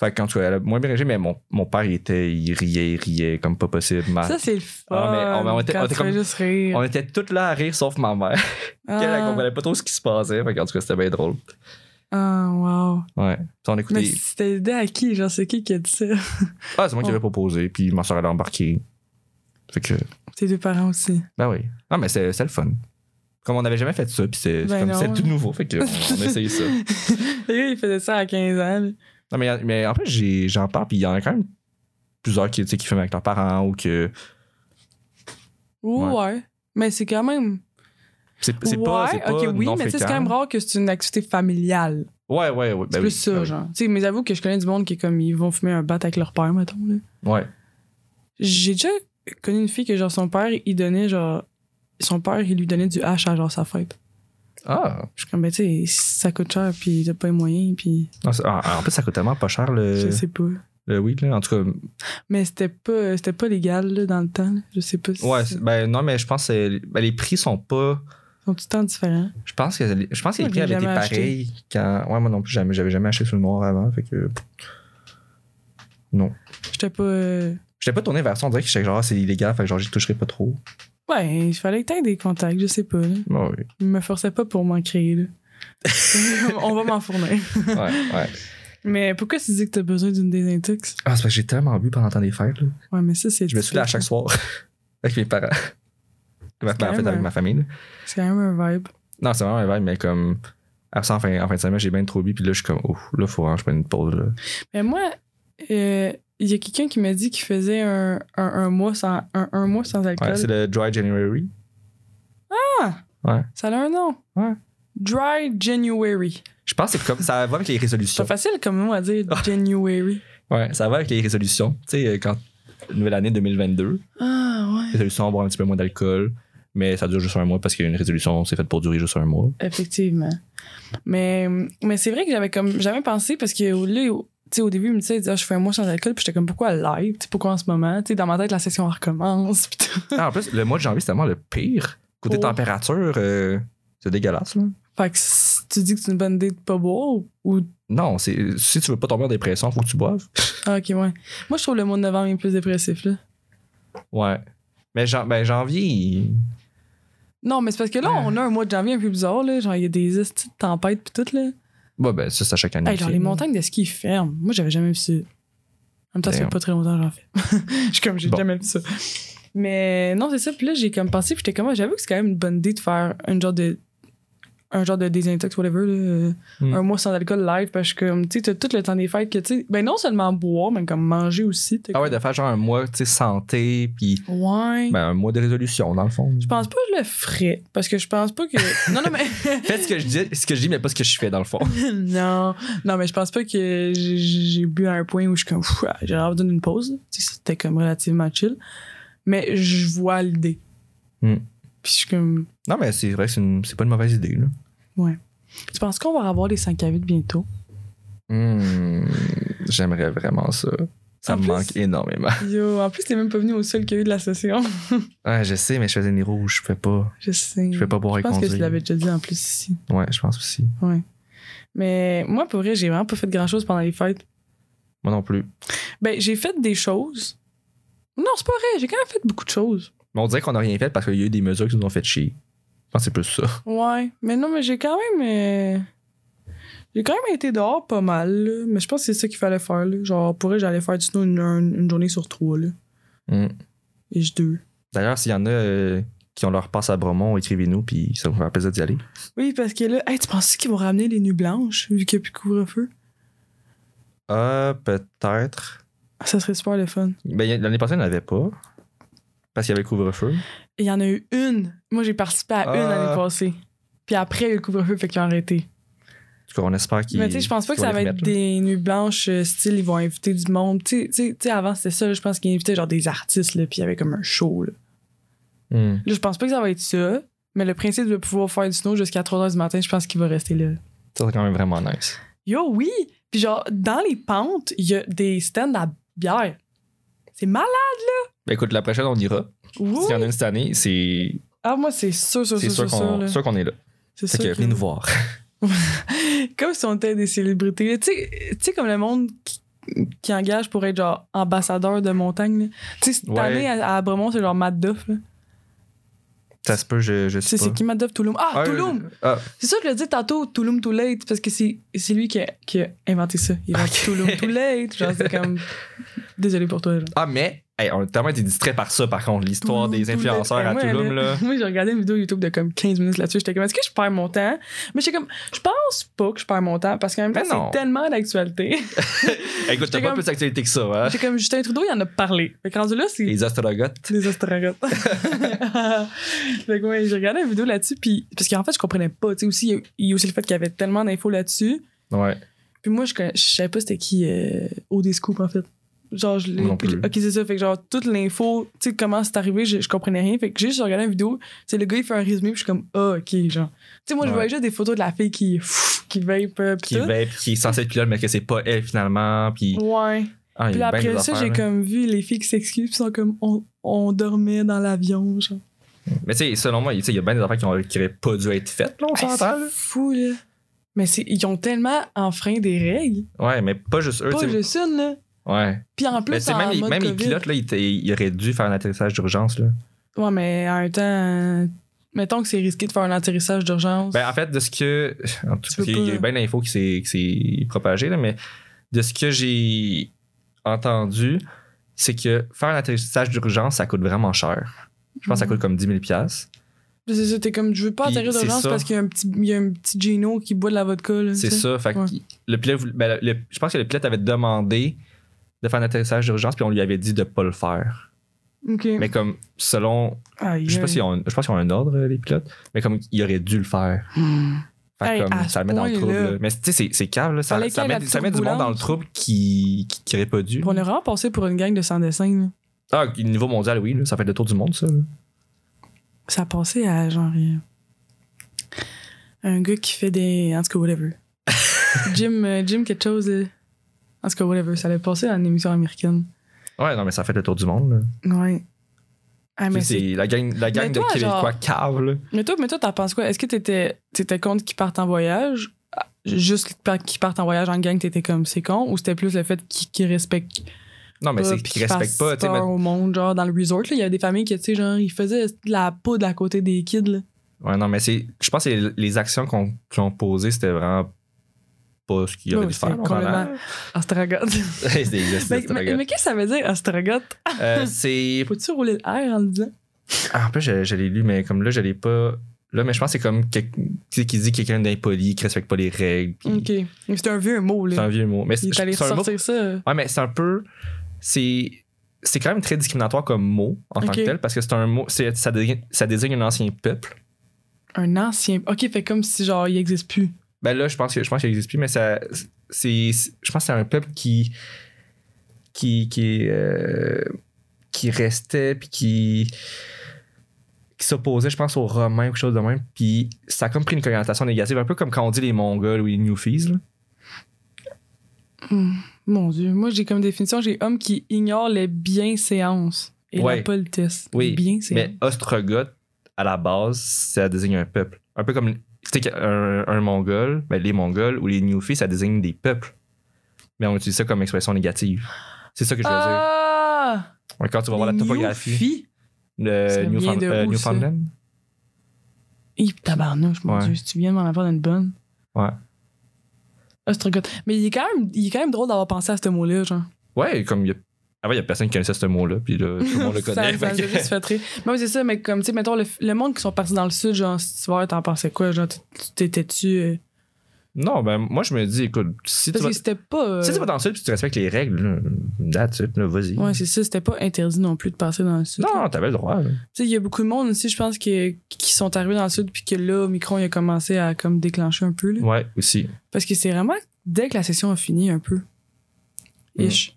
E: Fait que, en tout cas, elle a moins bien réagi, mais mon, mon père, il était. Il riait, il riait comme pas possible. Ma-
F: Ça, c'est le fun.
E: Ah, mais- ah, mais on était-
F: quand
E: on était
F: tu fais
E: comme-
F: juste rire.
E: On était toutes là à rire sauf ma mère.
F: ah,
E: Elle, elle comprenait pas trop ce qui se passait. Fait que, en tout cas, c'était bien drôle.
F: ah, wow.
E: Ouais. Puis on écoutait.
F: Mais c'était aidé à qui? Genre, c'est qui qui a dit ça?
E: Ah, c'est moi qui l'avais proposé, puis ma soeur, elle a embarqué. Fait que.
F: Tes deux parents aussi.
E: Ben oui. Non, mais c'est c'est le fun. Comme on n'avait jamais fait ça, puis c'est c'est
F: Ben
E: comme-
F: non.
E: c'est tout nouveau, fait que on a essayé ça.
F: Le gars, il faisait ça à 15 ans. là.
E: Non, mais, mais en plus, j'ai- j'en parle, puis il y en a quand même plusieurs qui, tu sais, qui filment avec leurs parents ou que.
F: Ouais.
E: Ouais.
F: ouais. Mais c'est quand même.
E: C'est c'est pas. c'est
F: Ouais,
E: pas
F: ok, oui,
E: non
F: mais tu sais, c'est
E: fréquent.
F: quand même rare que c'est une activité familiale.
E: Ouais, ouais, ouais.
F: c'est
E: ben
F: plus
E: oui,
F: ça,
E: ben oui.
F: genre. Tu sais, mais j'avoue que je connais du monde qui est comme, ils vont fumer un bat avec leur père, mettons, là.
E: Ouais.
F: J'ai déjà connu une fille que, genre, son père, il donnait, genre. Son père, il lui donnait du hache à, genre, sa fête.
E: Ah.
F: Je suis comme, ben, tu sais, ça coûte cher, puis t'as pas les moyens, puis
E: Non, c'est- ah, en plus, ça coûte tellement pas cher
F: je
E: le,
F: sais pas.
E: le weed, là. En tout cas,
F: Mais c'était pas, c'était pas légal, là, dans le temps, là. Je sais pas si.
E: ouais. c'est- Ben non, mais je pense que c'est- ben, les prix sont pas
F: Ils sont tout le temps différents.
E: Je pense que, je pense que les
F: Moi, je
E: prix avaient
F: l'ai
E: été
F: jamais acheté.
E: pareils quand. Ouais, moi non plus, jamais. J'avais jamais acheté sous le noir avant. Fait que. pff. Non.
F: J'étais pas. euh,
E: J'étais pas tourné vers ça. On dirait que j'étais genre, ah, c'est illégal. Fait que genre, j'y toucherai pas trop.
F: Ouais, il fallait que t'aies des contacts, je sais pas. Là.
E: Ouais, ouais.
F: Je me forçais pas pour m'en créer. Là. On va m'en fournir.
E: ouais, ouais.
F: Mais pourquoi tu dis que t'as besoin d'une désintox?
E: Ah, c'est parce que j'ai tellement bu pendant le temps des fêtes. Là.
F: Ouais, mais ça, c'est.
E: Je me suis là à chaque soir avec mes parents. Ben,
F: quand
E: en fait,
F: même
E: avec
F: un-
E: ma famille. là.
F: C'est quand même un vibe.
E: Non, c'est vraiment un vibe, mais comme. Après ça, en fin, en fin de semaine, j'ai bien trop bu. Puis là, je suis comme, oh, là, faut vraiment que je prenne une pause. Là.
F: Mais moi, euh, il y a quelqu'un qui m'a dit qu'il faisait un, un, un mois sans, un, un mois sans alcool.
E: Ouais, c'est le Dry January.
F: Ça a un nom.
E: Ouais.
F: Dry January.
E: Je pense que c'est comme ça Ah. va avec les
F: C'est
E: résolutions.
F: pas facile comme mot à dire January.
E: Ouais, ça va avec les résolutions. Tu sais, euh, quand nouvelle année 2022,
F: Ah ouais.
E: résolution boire un petit peu moins d'alcool, mais ça dure juste un mois parce qu'une résolution c'est faite pour durer juste un mois.
F: Effectivement. Mais, mais c'est vrai que j'avais comme jamais pensé parce que au- là, au- tu sais, au début, il me disait, il disait, Ah, je fais un mois sans alcool, puis j'étais comme pourquoi live? Tu sais, pourquoi en ce moment? Tu sais, dans ma tête, la session elle recommence. puis tout.
E: Ah, en plus, le mois de janvier c'est tellement le pire côté
F: Oh.
E: température, euh, c'est dégueulasse là.
F: Fait que si tu dis que c'est une bonne idée de pas boire ou. ou-
E: Non, c'est si tu veux pas tomber en dépression, faut que tu boives.
F: Ah, ok, ouais. Moi, je trouve le mois de novembre est plus dépressif, là.
E: Ouais. Mais jan- ben, janvier, il-
F: Non, mais c'est parce que là, on a un mois de janvier un peu bizarre, là. Genre, il y a des petites tempêtes pis tout, là.
E: ouais, ben ça c'est à chaque année.
F: Hey, genre, les montagnes de ski ferment. Moi, j'avais jamais vu ça. En même temps, ça fait
E: Damn.
F: pas très longtemps que j'en fais. Je suis comme, j'ai
E: Bon.
F: jamais vu ça. Mais non, c'est ça. Puis là, j'ai comme pensé, puis j'étais comme, ah, j'avoue que c'est quand même une bonne idée de faire un genre de. Un genre de désintox, whatever, là.
E: Mm.
F: Un mois sans alcool live, parce que, comme, tu sais, t'as tout le temps des fêtes que, tu sais. Ben, non seulement boire, mais comme manger aussi. t'es
E: Ah ouais,
F: comme-
E: de faire genre un mois, tu sais, santé, puis
F: Ouais.
E: ben, un mois de résolution dans le fond.
F: Je pense pas que je le ferais, parce que je pense pas que. non, non, mais.
E: Faites ce que je dis, ce que je dis, mais pas ce que je fais dans le fond.
F: non, non, mais je pense pas que j'ai- j'ai bu à un point où je suis comme, Pfff, j'ai envie d'une pause. Tu sais, c'était comme relativement chill. Mais je vois l'idée.
E: Hmm.
F: Puis je suis comme,
E: Non, mais c'est vrai que c'est une- c'est pas une mauvaise idée. Là.
F: tu penses qu'on va avoir les 5 à 8 bientôt?
E: Hmm, J'aimerais vraiment ça. Ça
F: En
E: me
F: plus-
E: manque énormément.
F: Yo, en plus, t'es même pas venu au seul qu'il y a eu de la session.
E: Ouais, je sais, mais je faisais des rouges. Je fais pas,
F: je sais.
E: je fais pas boire
F: Je
E: et
F: pense que
E: conduire.
F: tu l'avais déjà dit en plus ici.
E: Ouais, je pense aussi.
F: Mais moi, pour vrai, j'ai vraiment pas fait grand chose pendant les fêtes.
E: Moi non plus.
F: Ben, j'ai fait des choses. Non, c'est pas vrai, j'ai quand même fait beaucoup de choses.
E: Mais on dirait qu'on a rien fait parce qu'il y a eu des mesures qui nous ont fait chier. Je pense que c'est plus ça.
F: Ouais, mais non, mais j'ai quand même. euh, J'ai quand même été dehors pas mal, là. mais je pense que c'est ça qu'il fallait faire. Là. Genre, pour vrai, j'allais faire du snow une, une- une journée sur trois. Là.
E: Hmm.
F: Et je deux.
E: D'ailleurs, s'il y en a euh, qui ont leur passe à Bromont, écrivez-nous, puis ça va vous faire plaisir d'y aller.
F: Oui, parce que là, hey, tu penses qu'ils vont ramener les nuits blanches vu qu'il n'y a plus de couvre-feu?
E: Ah, peut-être.
F: Ah, Ça serait super le fun.
E: Ben, y a- l'année passée, il n'y en avait pas. Parce qu'il y avait le couvre-feu.
F: Et Il y en a eu une. Moi, j'ai participé à une
E: Ah.
F: l'année passée. Puis après, il y a eu le couvre-feu, fait qu'ils ont arrêté.
E: En tout cas, on espère qu'il.
F: Mais tu sais, je pense pas que
E: qu'ils
F: ça
E: vont
F: va
E: les
F: être
E: remettre,
F: des nuits blanches euh, style, ils vont inviter du monde. Tu sais- tu sais, tu sais, avant, c'était ça, là, je pense qu'ils invitaient genre des artistes, là, puis il y avait comme un show. Là.
E: là. Hmm.
F: Là, je pense pas que ça va être ça, mais le principe de pouvoir faire du snow jusqu'à 3h du matin, je pense qu'il va rester là.
E: Ça, c'est quand même vraiment nice.
F: Yo, oui! Puis genre, dans les pentes, il y a des stands à bière. C'est malade!
E: Ben, écoute, la prochaine, on ira.
F: Ouh!
E: S'il y en a une cette année, c'est
F: Ah, moi, c'est sûr, sûr,
E: c'est
F: sûr,
E: sûr
F: sûr, sûr,
E: qu'on
F: là.
E: sûr qu'on est là.
F: C'est
E: Fait
F: sûr
E: que
F: que-
E: venez nous voir.
F: Comme si on était des célébrités. là. Tu sais- tu sais, comme le monde qui, qui engage pour être genre ambassadeur de montagne. là. Tu sais, cette
E: Ouais.
F: année à, à Bremont, c'est genre Matt Duff. là.
E: Ça se peut, je, je
F: Tu
E: sais
F: sais,
E: pas.
F: c'est qui Matt Duff? Touloum. Ah,
E: Ah,
F: Touloum!
E: euh, ah,
F: C'est ça que je le dis tantôt, Touloum Too Late, parce que c'est c'est lui qui a, qui a inventé ça. Il a dit
E: Ok.
F: Touloum Too Late. Genre, c'est comme. Désolé pour toi. genre.
E: ah, mais hey, on a tellement été distrait par ça, par contre, l'histoire
F: Touloum ben,
E: des
F: Too Late.
E: influenceurs à
F: Ouais,
E: Touloum, là.
F: Moi, j'ai regardé une vidéo YouTube de comme 15 minutes là-dessus. J'étais comme, est-ce que je perds mon temps? Mais j'étais comme, je pense pas que je perds mon temps, parce qu'en même
E: Mais
F: temps,
E: non.
F: c'est tellement d'actualité.
E: Écoute, t'as pas
F: J'étais comme-
E: plus d'actualité que ça, hein?
F: J'étais comme, Justin Trudeau, il en a parlé. Fait que rendu là, c'est
E: Les astrologotes.
F: les astrologues. fait que ouais, j'ai regardé une vidéo là-dessus, puis parce qu'en fait, je comprenais pas. Tu sais, aussi, il y a- il y a aussi le fait qu'il y avait tellement d'infos là-dessus.
E: Ouais.
F: Puis moi, je, conna- je savais pas c'était qui euh, OD Scoop, en fait. Genre, je l'ai.
E: Moi non
F: puis-
E: plus.
F: Ok, c'est ça. Fait que, genre, toute l'info, tu sais, comment c'est arrivé, je, je comprenais rien. Fait que j'ai juste regardé une vidéo. c'est le gars, il fait un résumé, puis je suis comme, ah, ok, genre. Tu sais, moi, je
E: Ouais.
F: voyais juste des photos de la fille qui, pff, qui vape, euh, puis
E: Qui
F: tout.
E: vape, qui est censée être pilote, mais que c'est pas elle finalement. Puis,
F: Ouais.
E: ah, il
F: Puis
E: y a
F: là,
E: bien des
F: après ça,
E: affaires,
F: j'ai
E: là.
F: comme vu les filles qui s'excusent, puis sont comme, on, on dormait dans l'avion, genre.
E: Mais tu sais, selon moi, tu sais, il y a bien des affaires qui n'auraient pas dû être faites, là, on
F: Hey,
E: s'entend.
F: Ah, c'est fou, là. Mais c'est- ils ont tellement enfreint des règles.
E: là. Ouais, mais pas juste eux.
F: pas
E: tu sais.
F: juste une, là.
E: Ouais.
F: Puis en
E: Mais
F: plus,
E: tu sais,
F: en
E: même, les,
F: mode
E: même les
F: COVID.
E: pilotes, là, ils, étaient- ils auraient dû faire un atterrissage d'urgence. Là.
F: Ouais, mais en même temps, euh, mettons que c'est risqué de faire un atterrissage d'urgence.
E: Ben, en fait, de ce que. En tout
F: Tu
E: cas,
F: peux
E: il y a
F: pas.
E: bien d'infos qui s'est- qui s'est propagée, là, mais de ce que j'ai entendu, c'est que faire un atterrissage d'urgence, ça coûte vraiment cher. Je pense que ça
F: Mhm.
E: coûte comme 10 000 piastres.
F: Puis c'est ça, t'es comme, je veux pas
E: Puis
F: atterrir
E: c'est
F: d'urgence
E: ça.
F: parce qu'il y a un petit, il y a un petit Gino qui boit de la vodka, là.
E: C'est
F: tu sais.
E: ça. Fait que
F: Ouais.
E: le pilote, voulait- ben, le- je pense que le pilote avait demandé de faire un atterrissage d'urgence, puis on lui avait dit de pas le faire.
F: Ok.
E: Mais comme, selon.
F: Aïe,
E: Je sais pas
F: aïe.
E: s'ils ont, je pense qu'ils ont un ordre, euh, les pilotes, mais comme, il aurait dû le faire.
F: Hmm.
E: Fait que
F: Hey, à
E: comme,
F: ce
E: ça le met dans le trouble.
F: point-là.
E: là. Mais tu sais, c'est- c'est calme, là. Ça,
F: Fallait
E: ça
F: qu'il y ait
E: met,
F: la
E: ça met du monde dans le
F: turbulence.
E: trouble qui qui, qui aurait pas dû.
F: On est vraiment passé pour une gang de sans dessin, là.
E: Ah, niveau mondial, oui, là, ça fait le tour du monde, ça. là.
F: Ça a passé à genre. euh, Un gars qui fait des. En tout cas, whatever. Jim, euh, Jim quelque chose. euh, En tout cas, whatever. Ça allait passer dans une émission américaine.
E: Ouais, non, mais ça fait le tour du monde. là.
F: Ouais. Ah, mais,
E: Tu sais,
F: c'est-
E: c'est la gang, la gang
F: Mais
E: de
F: toi,
E: Québécois cave, là.
F: mais toi, mais toi, t'en penses quoi? Est-ce que t'étais, t'étais contre qu'ils partent en voyage? Ah, Juste qu'ils par- qu'ils partent en voyage en gang, t'étais comme c'est con? Ou c'était plus le fait qu'ils qu'ils respectent
E: Non, mais
F: pas,
E: Ben, c'est
F: puis
E: qu'ils respectent
F: fassent
E: pas. tu sais,
F: peur au monde, genre dans le resort, là, il y avait des familles qui, tu sais, genre, ils faisaient de la poudre à côté des kids, là.
E: mais- Ouais, non, mais c'est. Je pense que les- les actions qu'on qu'ils ont posées, c'était vraiment pas ce qu'il aurait
F: Ouais,
E: dû faire.
F: c'était
E: là, on en a-
F: complètement- Astragote.
E: C'est des exercices,
F: mais,
E: c'est
F: mais-
E: pas grave.
F: mais qu'est-ce que ça veut dire, astragote?
E: Euh, C'est.
F: Faut-tu rouler le R en le disant?
E: Ah, en plus, je, je l'ai lu, mais comme là, je l'ai pas. Là, mais je pense que c'est comme. quel- tu sais, qui dit quelqu'un d'impoli, qui respecte pas les règles. puis-
F: Ok. Mais C'est un vieux mot,
E: Mm. C'est un
F: là.
E: vieux mot. Mais c'est
F: Il est allé
E: c'est un mot.
F: sortir ça.
E: Ouais, mais c'est un peu. C'est. C'est quand même très discriminatoire comme mot en tant
F: Ok.
E: que tel parce que c'est un mot. c'est- Ça désigne, ça désigne un ancien peuple.
F: Un ancien. Ok, fait comme si, genre, il existe plus.
E: Ben là, je pense que je pense qu'il existe plus, mais ça. C'est. Je pense que c'est un peuple qui. qui. qui. euh, qui restait puis qui. qui s'opposait, je pense, aux Romains ou quelque chose de même. Puis ça a comme pris une connotation négative, un peu comme quand on dit les Mongols ou les Newfies. là.
F: Mon Dieu. Moi, j'ai comme définition, j'ai homme qui ignore les bienséances et
E: Ouais.
F: la politesse.
E: Oui,
F: Les bienséances.
E: Mais Ostrogoth, à la base, ça désigne un peuple. Un peu comme tu sais, un, un mongol, ben, les mongols ou les newfies, ça désigne des peuples. Mais on utilise ça comme expression négative. C'est ça que je veux dire.
F: Ah!
E: Ouais, Quand tu vas voir la
F: Les
E: topographie,
F: Newfies? Ça
E: le
F: vient
E: Newfound-
F: de
E: euh,
F: où, ça?
E: Newfoundland.
F: Hi, tabarnouche, mon
E: Ouais.
F: Dieu. Si tu viens de m'en avoir une bonne. Ah,
E: Ouais.
F: Ostrogoth. Mais il est quand même, il est quand même drôle d'avoir pensé à ce mot-là, genre.
E: Ouais, comme il y a. Avant, il y a personne qui connaissait ce mot-là, puis là, tout le monde le connaît.
F: Ça- ça-
E: fait que-
F: ça fait très- Mais oui, c'est ça, mais comme, tu sais, mettons, le, le monde qui sont partis dans le sud, genre, si tu vas, t'en pensais quoi? Genre, t- t- t'étais-tu. euh,
E: non, ben, moi, je me dis, écoute, si tu
F: Parce
E: vas,
F: que c'était pas. euh,
E: si tu vas dans le sud puis tu respectes les règles, là, that's it, là, vas-y.
F: Ouais, c'est ça, c'était pas interdit non plus de passer dans le sud.
E: non, t'avais le droit. là.
F: Tu sais, il y a beaucoup de monde aussi, je pense, qui, qui sont arrivés dans le sud, puis que là, Omicron, il a commencé à comme déclencher un peu, là.
E: Ouais, aussi.
F: Parce que c'est vraiment dès que la session a fini, un peu.
E: Mm.
F: Ish.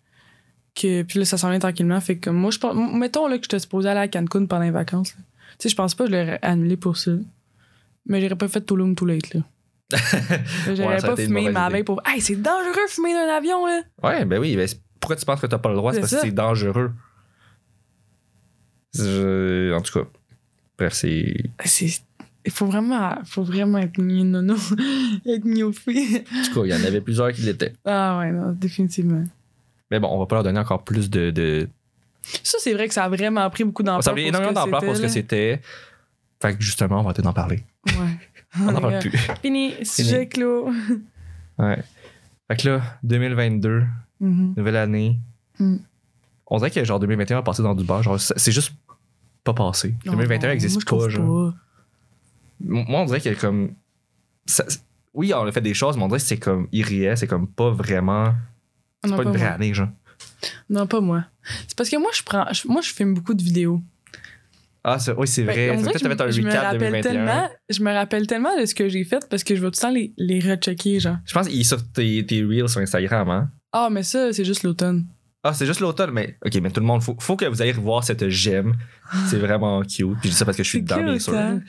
F: Que, puis là, ça s'en vient tranquillement. Fait que moi, je pense. m- Mettons là, que j'étais supposée aller à Cancun pendant les vacances. là. Tu sais, je pense pas que je l'aurais annulé pour ça. Mais j'aurais pas fait Tulum Too Late, là. Là, j'aurais
E: Ouais, ça a
F: pas
E: été une
F: fumé
E: mauvaise
F: ma
E: idée.
F: veille pour. Hey, c'est dangereux de fumer dans un avion, là!
E: Ouais, ben oui, ben c'est- pourquoi tu penses que t'as pas le droit? C'est
F: C'est
E: parce
F: ça.
E: que c'est dangereux. Je- En tout cas, bref, c'est.
F: C'est. Il faut vraiment, faut vraiment être nono, être gnophé.
E: En tout cas, il y en avait plusieurs qui l'étaient.
F: Ah ouais, non, définitivement.
E: Mais bon, on va pas leur donner encore plus de. de...
F: Ça, c'est vrai que ça a vraiment pris beaucoup d'ampleur.
E: Ça avait
F: pour ce
E: énormément
F: que
E: d'ampleur pour ce que c'était.
F: c'était,
E: Fait que justement, on va peut-être en parler.
F: là. Ouais.
E: On n'en parle plus.
F: Fini, sujet clos.
E: Ouais. Fait que là, 2022,
F: Mhm.
E: nouvelle année.
F: Mm.
E: On dirait que genre 2021 va passer dans du bas. Genre, c'est c'est juste pas passé. 2021
F: Non,
E: n'existe
F: moi, je
E: pas,
F: trouve
E: genre. M- moi on dirait que comme ça- oui on a fait des choses mais on dirait que c'est comme irréel c'est comme pas vraiment
F: Non,
E: pas
F: pas
E: une vraie
F: moi.
E: année genre
F: Non, pas moi. C'est parce que moi, je prends, je- moi, je filme beaucoup de vidéos.
E: ah c'est, oui c'est
F: Fait
E: vrai
F: qu'on
E: c'est
F: Ben,
E: vrai
F: dirait
E: que t'avais un
F: je- je me
E: recap
F: rappelle
E: 2021
F: Tellement, je me rappelle tellement de ce que j'ai fait parce que je vais tout le temps les, les rechecker, genre.
E: je pense qu'il est sur tes, tes reels sur Instagram hein
F: Ah, mais ça, c'est juste l'automne.
E: ah c'est juste l'automne mais ok mais tout le monde faut, faut que vous ayez revoir cette gemme c'est vraiment cute puis je dis ça parce que je suis
F: C'est
E: dedans bien sûr
F: hein?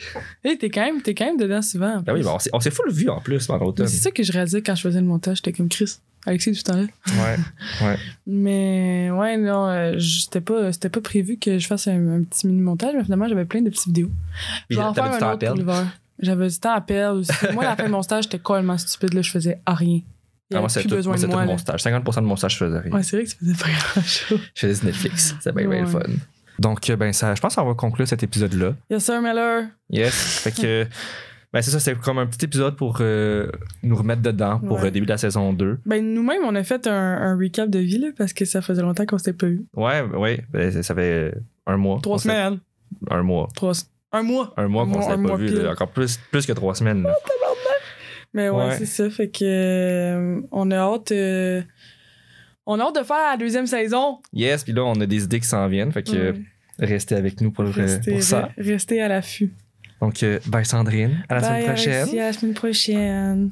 F: Hey, t'es quand, même- t'es quand même dedans souvent. en
E: Ben oui
F: plus.
E: ben on s'est, on s'est full vu en plus pendant
F: Mais
E: l'automne
F: c'est ça que je réalisais quand je faisais le montage. J'étais comme Chris. Alexis tout à l'heure.
E: Ouais.
F: Mais ouais, non, euh, j'étais pas, c'était pas prévu que je fasse un, un petit mini-montage, mais finalement, j'avais plein de petites vidéos.
E: Puis
F: Je vais en faire
E: t'avais du temps
F: un
E: à
F: autre pour
E: perdre.
F: l'hiver. J'avais du temps à perdre aussi. Moi, à la fin de mon stage, j'étais complètement stupide, là, je faisais à rien.
E: Ah,
F: Il y avait
E: moi, c'est
F: plus
E: tout,
F: besoin
E: moi, c'est
F: de
E: tout
F: moi. là.
E: mon stage. 50% de mon stage, je faisais rien.
F: Ouais, c'est vrai que tu faisais pas grand-chose.
E: Je faisais du Netflix. C'était bien, bien le fun.
F: Ouais.
E: Donc, euh, ben, ça, je pense qu'on va conclure cet épisode-là.
F: Yes, sir, Miller.
E: Yes. fait que, ben, c'est ça, c'est comme un petit épisode pour euh, nous remettre dedans pour
F: Ouais.
E: le début de la saison 2.
F: Ben, nous-mêmes, on a fait un, un recap de vie, là, parce que ça faisait longtemps qu'on s'était pas eu.
E: Ouais, ouais. ben, ça- ça fait euh, un mois.
F: Trois
E: On s'est-
F: semaines.
E: Un mois.
F: Trois. Un mois.
E: Un mois
F: Un
E: qu'on
F: mois-
E: s'est pas
F: un mois
E: vu.
F: pile.
E: là. encore plus, plus que trois semaines. là.
F: Mais ouais,
E: Ouais.
F: c'est ça. Fait que. euh, on a hâte. euh, on a hâte de faire la deuxième saison.
E: Yes, puis là, on a des idées qui s'en viennent. Fait que euh,
F: Ouais.
E: restez avec nous pour, euh,
F: Restez,
E: pour ça.
F: re- restez à l'affût.
E: Donc, euh, bye Sandrine. À la
F: Bye,
E: semaine prochaine.
F: Alexis, À la semaine prochaine.